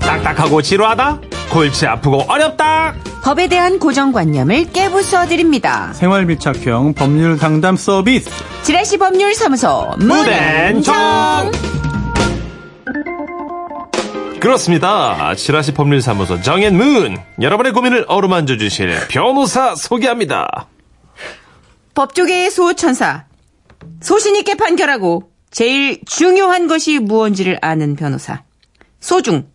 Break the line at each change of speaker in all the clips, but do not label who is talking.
답답하고 지루하다? 골치 아프고 어렵다?
법에 대한 고정관념을 깨부숴 드립니다.
생활밀착형 법률 상담 서비스. 네.
지라시 법률사무소
무den정
문앤정
그렇습니다. 지라시 법률사무소 정앤문 여러분의 고민을 어루만져 주실 변호사 소개합니다.
법조계의 소천사 소신 있게 판결하고 제일 중요한 것이 무언지를 아는 변호사 소중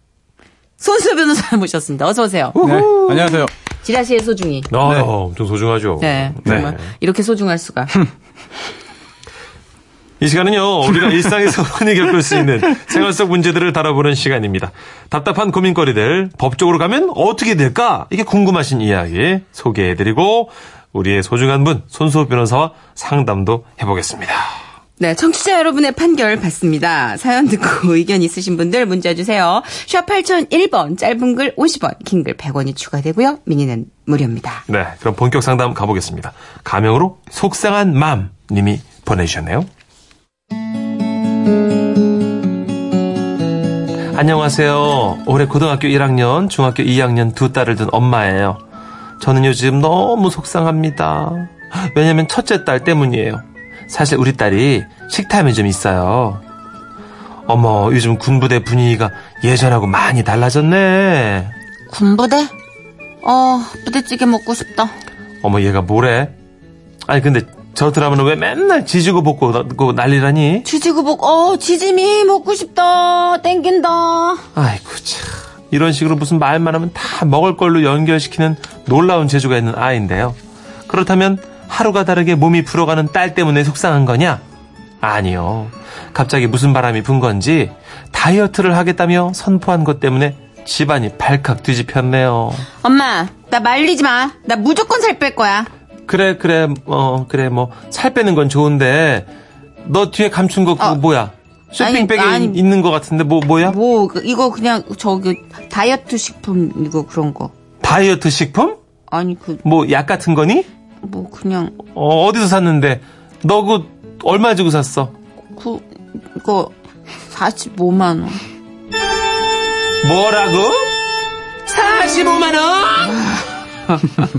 손수 변호사 모셨습니다. 어서 오세요.
네, 안녕하세요.
지라시의 소중이.
아, 엄청 소중하죠.
네, 정말 이렇게 소중할 수가.
이 시간은요, 우리가 일상에서 흔히 겪을 수 있는 생활 속 문제들을 다뤄보는 시간입니다. 답답한 고민거리들, 법적으로 가면 어떻게 될까? 이게 궁금하신 이야기 소개해드리고, 우리의 소중한 분, 손수호 변호사와 상담도 해보겠습니다.
네, 청취자 여러분의 판결 받습니다. 사연 듣고 의견 있으신 분들 문자 주세요. 샵 8001번, 짧은 글 50원, 긴 글 100원이 추가되고요. 미니는 무료입니다.
네, 그럼 본격 상담 가보겠습니다. 가명으로 속상한 맘님이 보내주셨네요. 안녕하세요. 올해 고등학교 1학년, 중학교 2학년 두 딸을 둔 엄마예요. 저는 요즘 너무 속상합니다. 왜냐면 첫째 딸 때문이에요. 사실 우리 딸이 식탐이 좀 있어요. 어머, 요즘 군부대 분위기가 예전하고 많이 달라졌네.
군부대? 어, 부대찌개 먹고 싶다.
어머 얘가 뭐래? 아니 근데 저 드라마는 왜 맨날 지지고 볶고 나- 고 난리라니?
쥐지구복, 어, 지짐이 먹고 싶다. 땡긴다.
아이고 참 이런 식으로 무슨 말만 하면 다 먹을 걸로 연결시키는 놀라운 재주가 있는 아이인데요. 그렇다면 하루가 다르게 몸이 불어가는 딸 때문에 속상한 거냐? 아니요. 갑자기 무슨 바람이 분 건지 다이어트를 하겠다며 선포한 것 때문에 집안이 발칵 뒤집혔네요.
엄마, 나 말리지 마. 나 무조건 살 뺄 거야.
그래 그래 어 그래 뭐 살 빼는 건 좋은데 너 뒤에 감춘 거 그거
어.
뭐야? 쇼핑백에
아니, 아니.
있는 거 같은데 뭐 뭐야?
뭐, 그- 이거 그냥, 저기, 다이어트 식품, 이거 그런 거.
다이어트 식품?
아니, 그,
뭐 약 같은 거니?
뭐, 그냥,
어, 어디서 샀는데? 너 그거 얼마 주고 샀어?
그, 이거, 45만원.
뭐라고? 45만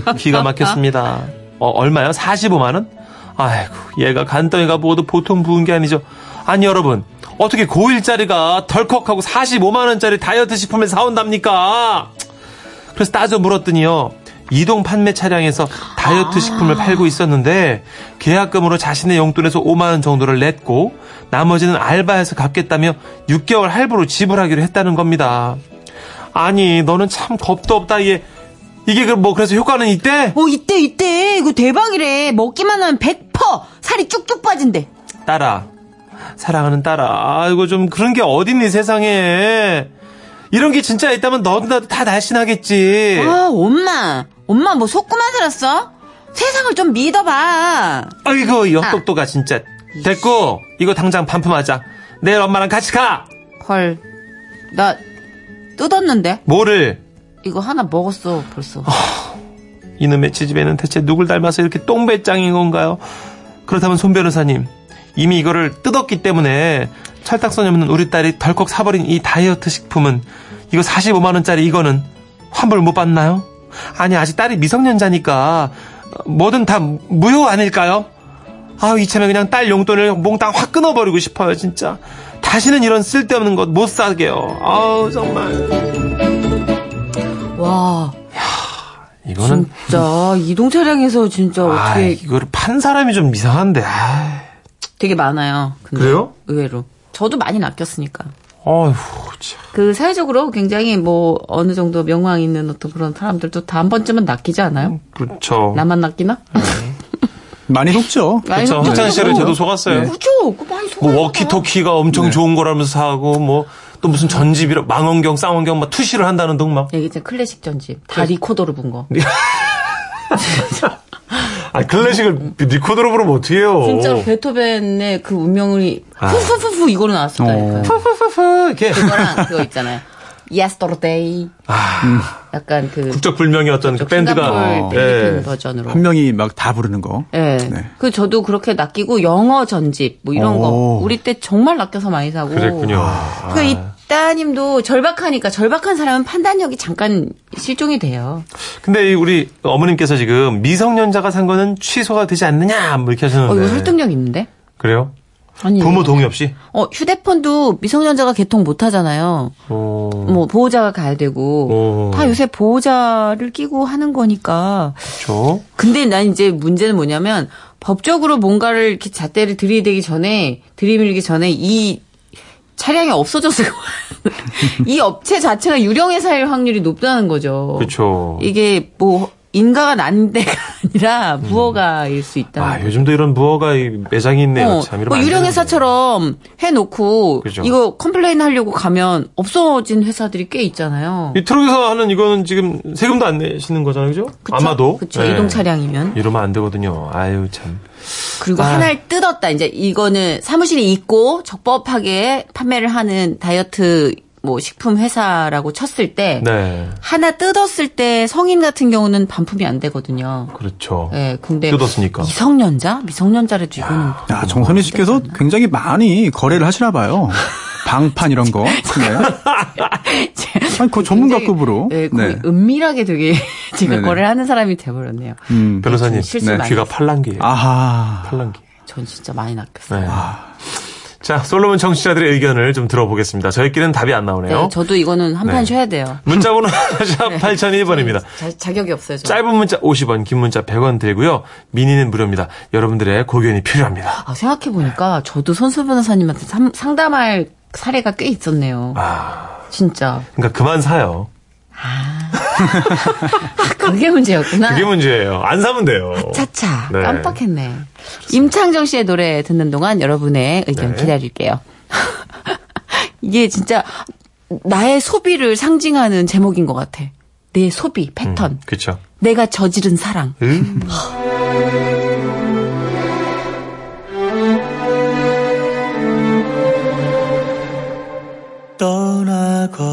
원? 기가 막혔습니다. 어, 얼마요? 45만 원? 아이고, 얘가 간덩이가 뭐어도 보통 부은 게 아니죠. 아니 여러분, 어떻게 고1짜리가 덜컥하고 45만 원짜리 다이어트 식품을 사온답니까? 그래서 따져 물었더니요. 이동 판매 차량에서 다이어트 식품을 팔고 있었는데 계약금으로 자신의 용돈에서 5만 원 정도를 냈고 나머지는 알바해서 갚겠다며 6개월 할부로 지불하기로 했다는 겁니다. 아니 너는 참 겁도 없다 얘. 이게 그 뭐 그래서 효과는 있대?
어, 이때, 이때. 이거 대박이래. 먹기만 하면 100% 살이 쭉쭉 빠진대.
딸아 사랑하는 딸아 아이고 좀 그런 게 어딨니 세상에 이런 게 진짜 있다면 너도 나도 다 날씬하겠지
아, 엄마. 엄마 뭐 속구만 살았어? 세상을 좀 믿어봐.
아이고 이 헛똑똑아 진짜 됐고 이거 당장 반품하자 내일 엄마랑 같이 가
헐. 나, 뜯었는데?
뭐를
이거 하나 먹었어, 벌써.
이놈의 지집에는 대체 누굴 닮아서 이렇게 똥배짱인 건가요 그렇다면 손 변호사님 이미 이거를 뜯었기 때문에 철딱선이 없는 우리 딸이 덜컥 사버린 이 다이어트 식품은 이거 45만원짜리 이거는 환불 못 받나요? 아니 아직 딸이 미성년자니까 뭐든 다 무효 아닐까요? 아유 이참에 그냥 딸 용돈을 몽땅 확 끊어버리고 싶어요 진짜 다시는 이런 쓸데없는 것 못 사게요 아우 정말
와,
이거는
진짜. 이동 차량에서 진짜
아
어떻게
이거를 판 사람이 좀 이상한데 아
되게 많아요. 근데
그래요?
의외로. 저도 많이 낚였으니까.
어휴 참
그 사회적으로 굉장히 뭐 어느 정도 명망 있는 어떤 그런 사람들도 다 한 번쯤은 낚이지 않아요?
그렇죠
나만 낚이나?
많이 속죠.
아니,
그렇죠
그렇죠.
학창 시절에 저도 속았어요
그죠? 그 많이 속아요.
뭐 워키토키가 엄청 좋은 거라면서 사고 뭐 또 무슨 전집이라 망원경 쌍원경 막 투시를 한다는 둥막
이게 이제 클래식 전집. 다
네.
리코더로 본 거.
아 클래식을 리코더로 부르면 어떡해요
진짜로 그 베토벤의 그 운명이
아. 어.
후후후후 이거로
어.
나왔었다니까요. 그
푸푸푸푸 이렇게
그거랑 그거 있잖아요. Yesterday.
아.
약간 그
국적 불명의 어떤 그 밴드가
싱가폴
어,
밴드
예.
버전으로.
한 명이 막 다 부르는 거.
예.
네.
그 저도 그렇게 낚이고 영어 전집 뭐 이런 거
오.
우리 때 정말 낚여서 많이 사고.
그랬군요. 아.
그 이 따님도 절박하니까 절박한 사람은 판단력이 잠깐 실종이 돼요.
근데 이 우리 어머님께서 지금 미성년자가 산 거는 취소가 되지 않느냐 뭐 이렇게
어,
하셨는데.
이거 설득력 예. 있는데?
그래요?
아니.
부모 동의 없이?
어, 휴대폰도 미성년자가 개통 못 하잖아요.
어.
뭐, 보호자가 가야 되고.
오.
다 요새 보호자를 끼고 하는 거니까.
그렇죠.
근데 난 이제 문제는 뭐냐면 법적으로 뭔가를 이렇게 잣대를 들이대기 전에 들이밀기 전에 이 차량이 없어졌을 거야. 이 업체 자체가 유령회사일 확률이 높다는 거죠.
그렇죠.
어. 이게 뭐 인가가 난 데가 아니라 부어가일 수 있다.
아, 요즘도 이런 무허가 이 매장이 있네요.
어,
참. 이러면
뭐
안 되는데.
유령회사처럼 해놓고
그죠.
이거 컴플레인 하려고 가면 없어진 회사들이 꽤 있잖아요.
이 트럭에서 하는 이거는 지금 세금도 안 내시는 거잖아요. 그죠?
그쵸?
아마도.
그쵸
예.
이동 차량이면
이러면 안 되거든요. 아유, 참.
그리고
아.
하나를 뜯었다. 이제 이거는 사무실이 있고 적법하게 판매를 하는 다이어트 뭐 식품 회사라고 쳤을 때
네.
하나 뜯었을 때 성인 같은 경우는 반품이 안 되거든요.
그렇죠.
예, 근데
뜯었으니까.
미성년자, 미성년자를 이거는
야, 정선희 씨께서
네.
굉장히 많이 거래를 하시나 봐요. 방판 이런 거. 네. 아니, 그
어?
전문가급으로.
네, 거의
네.
은밀하게 되게 제가
네네.
거래를 하는 사람이 돼버렸네요.
음.
변호사님.
실수 많이
귀가 팔랑귀예요.
아하.
팔랑귀.
전 진짜 많이 낚였어요.
네. 자, 솔로몬 청취자들의 의견을 좀 들어보겠습니다. 저희끼리는 답이 안
네,
나오네요.
저도 네. 이거는 한 판
네.
쉬어야 돼요.
문자번호 샵 8001번입니다.
자, 자격이 없어요. 저.
짧은 문자 50원, 긴 문자 100원 들고요. 미니는 무료입니다. 여러분들의 고견이 필요합니다.
아, 생각해보니까 저도 손수 변호사님한테 삼- 상담할 사례가 꽤 있었네요.
아.
진짜.
그러니까 그만 사요.
아, 그게 문제였구나.
그게 문제예요. 안 사면 돼요.
차차.
네.
깜빡했네. 임창정 씨의 노래 듣는 동안 여러분의 의견
네.
기다릴게요. 이게 진짜 나의 소비를 상징하는 제목인 것 같아. 내 소비, 패턴.
그렇죠.
내가 저지른 사랑.
음.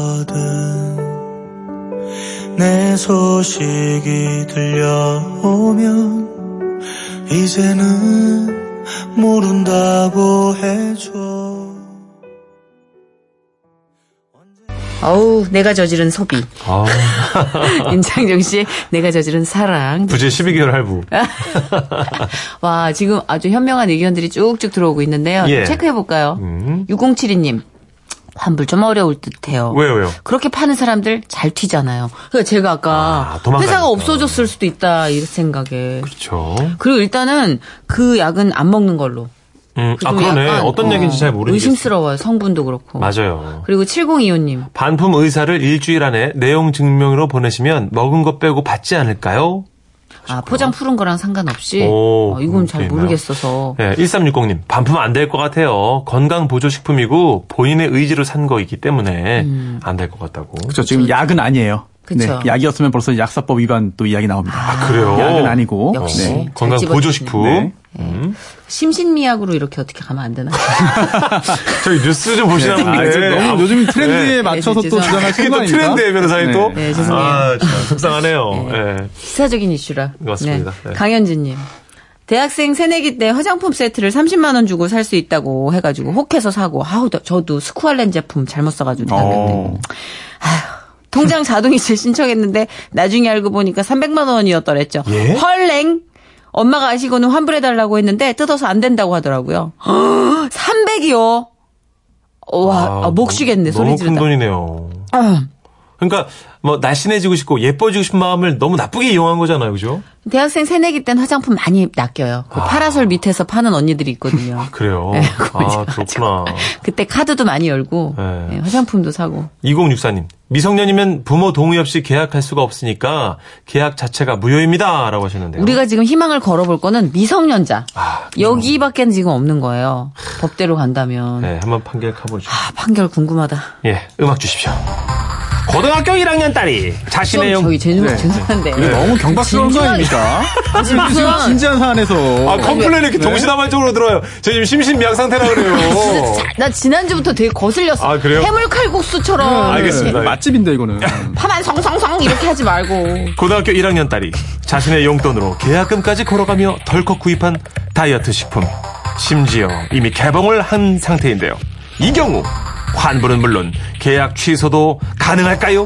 떠나거든 내 소식이 들려오면 이제는 모른다고 해줘
어우, 내가 저지른 소비.
아,
임창정 씨의 내가 저지른 사랑.
부재 12개월 할부.
와, 지금 아주 현명한 의견들이 쭉쭉 들어오고 있는데요.
예.
체크해볼까요?
음.
6072님. 환불 좀 어려울 듯 해요.
왜요, 왜요?
그렇게 파는 사람들 잘 튀잖아요. 그러니까 제가 아까
아, 도망가니까.
회사가 없어졌을 수도 있다, 이 생각에.
그렇죠.
그리고 일단은 그 약은 안 먹는 걸로.
음. 아,
좀
그러네.
약간,
어떤 얘기인지 잘 모르겠어요.
의심스러워요. 성분도 그렇고.
맞아요.
그리고 7025님.
반품 의사를 일주일 안에 내용 증명으로 보내시면 먹은 거 빼고 받지 않을까요?
아, 포장 푸른 거랑 상관없이.
오,
어, 이건 잘
그런 게 있나요?
모르겠어서.
예, 1360님, 반품 안 될 것 같아요. 건강 보조식품이고 본인의 의지로 산 거이기 때문에 안 될 것 같다고.
그렇죠. 지금 약은 아니에요.
그쵸.
네, 약이었으면 벌써 약사법 위반 또 이야기 나옵니다.
아, 그래요?
약은 아니고.
역시.
네.
잘
건강
집어주시네.
보조식품.
네.
음.
예. 심신미약으로 이렇게 어떻게 가면 안 되나?
저희 뉴스 좀 보시나
아,
본데.
지금 너무 요즘 트렌드에 맞춰서
네,
또
죄송합니다.
주장할
그게 또
생각이
트렌드예요, 변호사님 또.
네, 죄송해요.
아, 참 속상하네요. 예.
시사적인 이슈라.
맞습니다. 네.
강현진님. 대학생 새내기 때 화장품 세트를 30만 원 주고 살 수 있다고 해가지고 혹해서 사고 아우 나- 저도 스쿠알렌 제품 잘못 사가지고 당했네.
어.
통장 자동이체 신청했는데 나중에 알고 보니까 300만 원이었더랬죠.
예?
헐랭. 엄마가 아시고는 환불해달라고 했는데 뜯어서 안 된다고 하더라고요. 300이요. 와
아,
아, 목 쉬겠네 소리
너무 큰
지르다.
돈이네요.
아.
그러니까 뭐 날씬해지고 싶고 예뻐지고 싶은 마음을 너무 나쁘게 이용한 거잖아요, 그죠?
대학생 새내기 땐 화장품 많이 낚여요. 그 파라솔 밑에서 파는 언니들이 있거든요.
아. 그래요.
네,
아, 그렇구나.
그때 카드도 많이 열고
네.
예, 화장품도 사고
2064님, 미성년이면 부모 동의 없이 계약할 수가 없으니까 계약 자체가 무효입니다. 라고 하셨는데요.
우리가 지금 희망을 걸어볼 거는 미성년자
네. 아,
여기밖에는 지금 없는 거예요 법대로 간다면
네, 한번 판결 가보죠.
아, 판결 궁금하다
예, 음악 주십시오. 고등학교 1학년 딸이
좀
자신의 영...
저희 죄송,
네.
죄송한데
이게 너무 경박스러운 거 아닙니까?
진짜
진지한 사안에서.
아, 컴플레인 이렇게 동시다발적으로 들어요. 저 지금 심신미약 상태라 그래요.
네. 아, 진짜 자- 나 지난주부터 되게 거슬렸어
아, 그래요? 음,
해물칼국수처럼
알겠습니다.
네. 맛집인데, 이거는.
파만 성성성 이렇게 하지 말고
고등학교 1학년 딸이 자신의 용돈으로 계약금까지 걸어가며 덜컥 구입한 다이어트 식품. 심지어 이미 개봉을 한 상태인데요. 이 경우 환불은 물론 계약 취소도 가능할까요?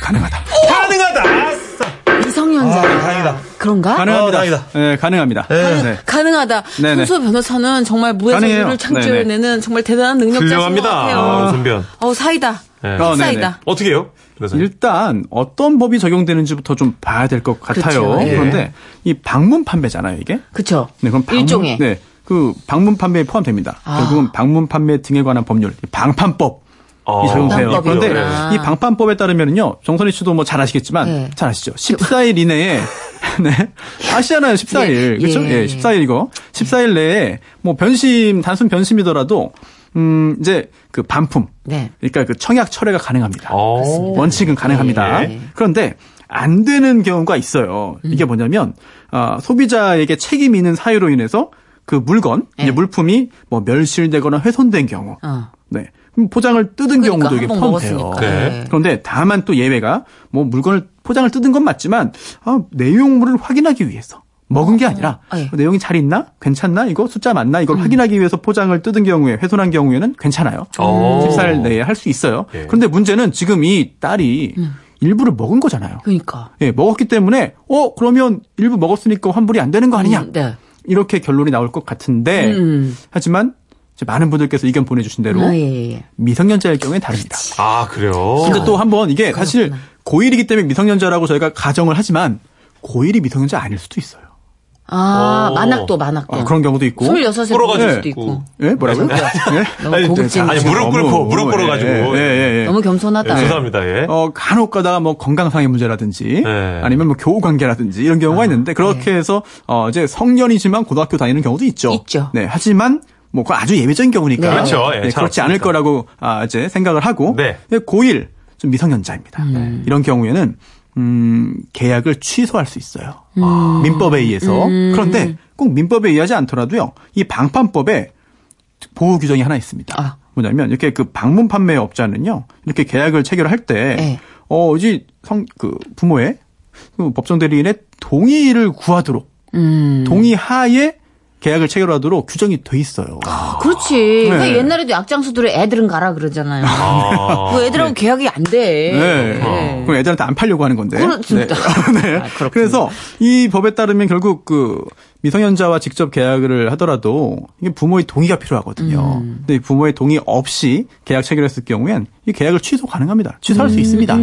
가능하다.
가능하다. 아싸.
미성년자.
아, 다행이다.
그런가? 어,
가능-
가능합니다.
다행이다.
네, 가능합니다.
네. 네,
네.
가능하다.
네네.
손수호 변호사는 정말
가능해요.
무해소를 창조해내는 정말 대단한 능력자신 것
훌륭합니다.
같아요.
손변.
어우 사이다.
네.
어,
사이다.
어떻게 해요? 그래서
일단 어떤 법이 적용되는지부터 좀 봐야 될 것 같아요.
그렇죠. 예.
그런데 이 방문 판매잖아요, 이게.
그쵸?
네, 그럼 방문,
일종의.
네, 그 방문 판매에 포함됩니다.
아.
결국은 방문 판매 등에 관한 법률, 이 방판법.
어,
이 적용돼요.
방판법이구나.
그런데
네.
이 방판법에 따르면요, 정선희 씨도 뭐 잘 아시겠지만,
네.
잘 아시죠? 14일 이내에, 네. 아시잖아요, 14일.
예,
그렇죠?
예.
예, 14일 이거. 14일 내에, 뭐 변심, 단순 변심이더라도, 음, 이제 그 반품.
네.
그러니까 그 청약 철회가 가능합니다.
어.
원칙은 가능합니다.
예.
그런데 안 되는 경우가 있어요.
음.
이게 뭐냐면 아, 소비자에게 책임 있는 사유로 인해서 그 물건,
예.
이제 물품이 뭐 멸실되거나 훼손된 경우,
어.
네 그럼 포장을 뜯은
그러니까
경우도 이게
한번
포함돼요.
먹었으니까.
네.
네.
그런데 다만 또 예외가 뭐 물건을 포장을 뜯은 건 맞지만 아, 내용물을 확인하기 위해서 먹은 게 아니라 어,
아, 예. 음.
내용이 잘 있나 괜찮나 이거 숫자 맞나 이걸 확인하기 위해서 포장을 뜯은 경우에 훼손한 경우에는 괜찮아요.
오.
14일
네.
내에 네, 할 수 있어요.
어. 예.
그런데 문제는 지금 이 딸이 일부를 먹은 거잖아요.
음. 그러니까.
예, 먹었기 때문에 어 그러면 일부 먹었으니까 환불이 안 되는 거 아니냐
음, 네.
이렇게 결론이 나올 것 같은데
음.
하지만 이제 많은 분들께서 의견 보내주신 대로
아, 예, 예.
미성년자일 경우에 다릅니다.
아 그래요.
근데 또 한번 이게 사실 고일이기 때문에 미성년자라고 저희가 가정을 하지만 고일이 미성년자 아닐 수도 있어요.
아,
오.
만학도, 만학도.
아, 그런 경우도 있고.
26세
꿇어가지고
먹을 수도 있고.
있고.
예, 뭐라고요? 예?
너무
네. 아니,
고급진.
아니, 무릎 꿇고, 무릎 꿇어가지고.
예, 예, 예.
너무 겸손하다.
예, 죄송합니다. 예.
어, 간혹 가다가 뭐 건강상의 문제라든지
네.
아니면 뭐 교우 관계라든지 이런
아,
경우가 있는데 그렇게 해서 어, 이제 성년이지만 고등학교 다니는 경우도 있죠.
네. 있죠.
네. 하지만 뭐 그건 아주 예외적인 경우니까.
네.
그렇죠. 예,
네,
잘
그렇지 않을
없으니까.
거라고 아, 이제 생각을 하고
네.
고일 좀 미성년자입니다.
음.
네. 이런 경우에는 음, 계약을 취소할 수 있어요.
음.
민법에 의해서. 그런데 꼭 민법에 의하지 않더라도요. 이 방판법에 보호 규정이 하나 있습니다.
아.
뭐냐면 이렇게 그 방문 판매 업자는요. 이렇게 계약을 체결할 때
네.
어, 이제 성 그 부모의 그 법정 대리인의 동의를 구하도록
음.
동의 하에 계약을 체결하도록 규정이 돼 있어요.
아, 그렇지.
네.
왜 옛날에도 약장수들은 애들은 가라 그러잖아요.
아,
그 애들하고 계약이 안 돼.
네.
네.
그럼 애들한테 안 팔려고 하는 건데.
그렇습니다.
네. 네.
아, 그렇군요.
그래서 이 법에 따르면 결국 그 미성년자와 직접 계약을 하더라도 이게 부모의 동의가 필요하거든요.
음.
근데 이 부모의 동의 없이 계약 체결했을 경우엔 이 계약을 취소 가능합니다. 취소할
음.
수 있습니다.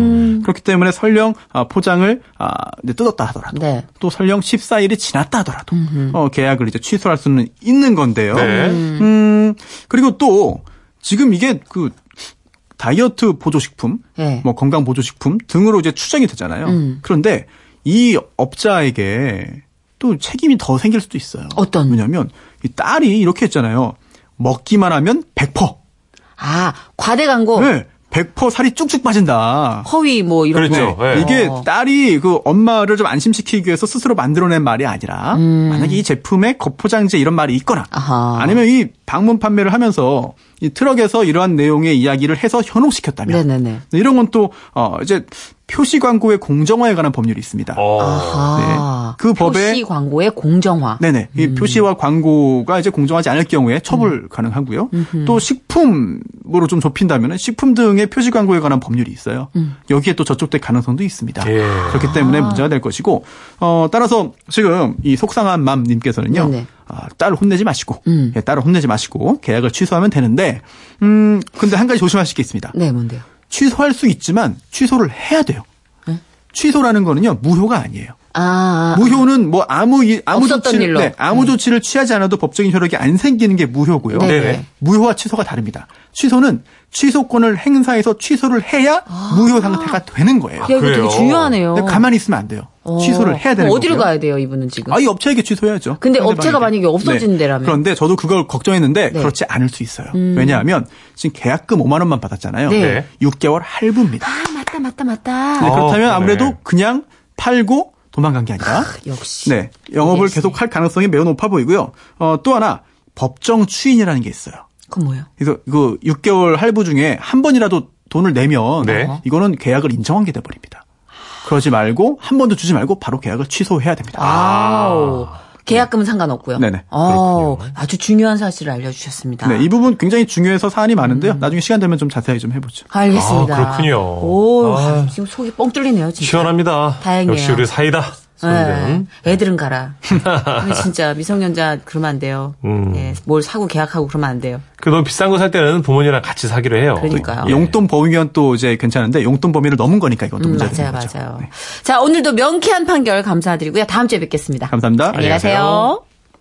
그렇기 때문에 설령 아, 포장을 아, 이제 뜯었다 하더라도
네.
또 설령 14일이 지났다 하더라도 어, 계약을 이제 취소할 수는 있는 건데요.
네.
음, 그리고 또 지금 이게 그 다이어트 보조식품,
네.
뭐 건강 보조식품 등으로 이제 추정이 되잖아요. 그런데 이 업자에게 또 책임이 더 생길 수도 있어요.
어떤?
왜냐면 이 딸이 이렇게 했잖아요. 먹기만 하면 100%.
아, 과대 광고.
네. 100% 살이 쭉쭉 빠진다.
허위 뭐 이런
그렇죠.
거.
네.
이게
어.
딸이 그 엄마를 좀 안심시키기 위해서 스스로 만들어낸 말이 아니라 만약에 이 제품에 겉포장지 이런 말이 있거나
음. 아하.
아니면 이 방문 판매를 하면서 이 트럭에서 이러한 내용의 이야기를 해서 현혹시켰다면
네네네.
이런 건 또 어, 이제 표시 광고의 공정화에 관한 법률이 있습니다.
어.
아하.
네. 그
표시
법에-
광고의 공정화.
네네. 이
음.
표시와 광고가 이제 공정하지 않을 경우에 처벌 가능하고요. 또 식품으로 좀 좁힌다면 식품 등의 표시 광고에 관한 법률이 있어요.
음.
여기에 또 저촉될 가능성도 있습니다.
예.
그렇기
아.
때문에 문제가 될 것이고, 어, 따라서 지금 이 속상한 맘님께서는요.
네네.
아, 딸을 혼내지 마시고,
음.
예, 딸을 혼내지 마시고, 계약을 취소하면 되는데, 음, 근데 한 가지 조심하실 게 있습니다.
네, 뭔데요?
취소할 수 있지만, 취소를 해야 돼요.
네.
취소라는 거는요, 무효가 아니에요.
아, 아,
무효는 뭐 아무 일- 아무
없었던
조치를
일로. 음.
네, 아무 조치를 취하지 않아도 법적인 효력이 안 생기는 게 무효고요.
네네. 네네.
무효와 취소가 다릅니다. 취소는 취소권을 행사해서 취소를 해야
아.
무효 상태가 되는 거예요.
야, 이거
그래요?
되게 중요해요.
근데 아, 가만히 있으면 안 돼요.
어.
취소를 해야 되는
그럼 어디로
거고요.
가야 돼요, 이분은 지금?
아이 업체에게 취소해야죠.
근데
상대방에게.
업체가 만약에 없어진
네.
데라면?
그런데 저도 그걸 걱정했는데
네.
그렇지 않을 수 있어요. 왜냐하면 지금 계약금 5만 원만 받았잖아요.
네.
네.
6개월 할부입니다.
아, 맞다, 맞다, 맞다.
근데
아,
그렇다면
그러네.
아무래도 그냥 팔고 도망간 게 아니라
역시.
네. 영업을
역시.
계속 할 가능성이 매우 높아 보이고요. 어, 또 하나, 법정 추인이라는 게 있어요.
그건 뭐예요?
그래서 그 6개월 할부 중에 한 번이라도 돈을 내면
네.
이거는 계약을 인정한 게
아.
돼버립니다. 그러지 말고 한 번도 주지 말고 바로 계약을 취소해야 됩니다.
아우. 계약금은 상관없고요.
아, 네. 네네.
어, 아주 중요한 사실을 알려주셨습니다.
네, 이 부분 굉장히 중요해서 사안이 많은데요.
음.
나중에 시간 되면 좀 자세하게 좀 해보죠.
알겠습니다.
아, 그렇군요.
오,
아.
지금 속이 뻥 뚫리네요, 진짜.
시원합니다.
다행이에요.
역시 우리 사이다.
예,
선등.
애들은 가라. 근데 진짜 미성년자 그러면 안 돼요.
음.
예, 뭘 사고 계약하고 그러면 안 돼요.
그 너무 비싼 거 살 때는 부모님이랑 같이 사기로 해요.
그러니까요.
예.
용돈 범위면 또 이제 괜찮은데 용돈 범위를 넘은 거니까 이것도
네. 음,
문제가
맞아요,
되는 거죠.
맞아요.
네.
자, 오늘도 명쾌한 판결 감사드리고요. 다음 주에 뵙겠습니다.
감사합니다.
안녕히 가세요.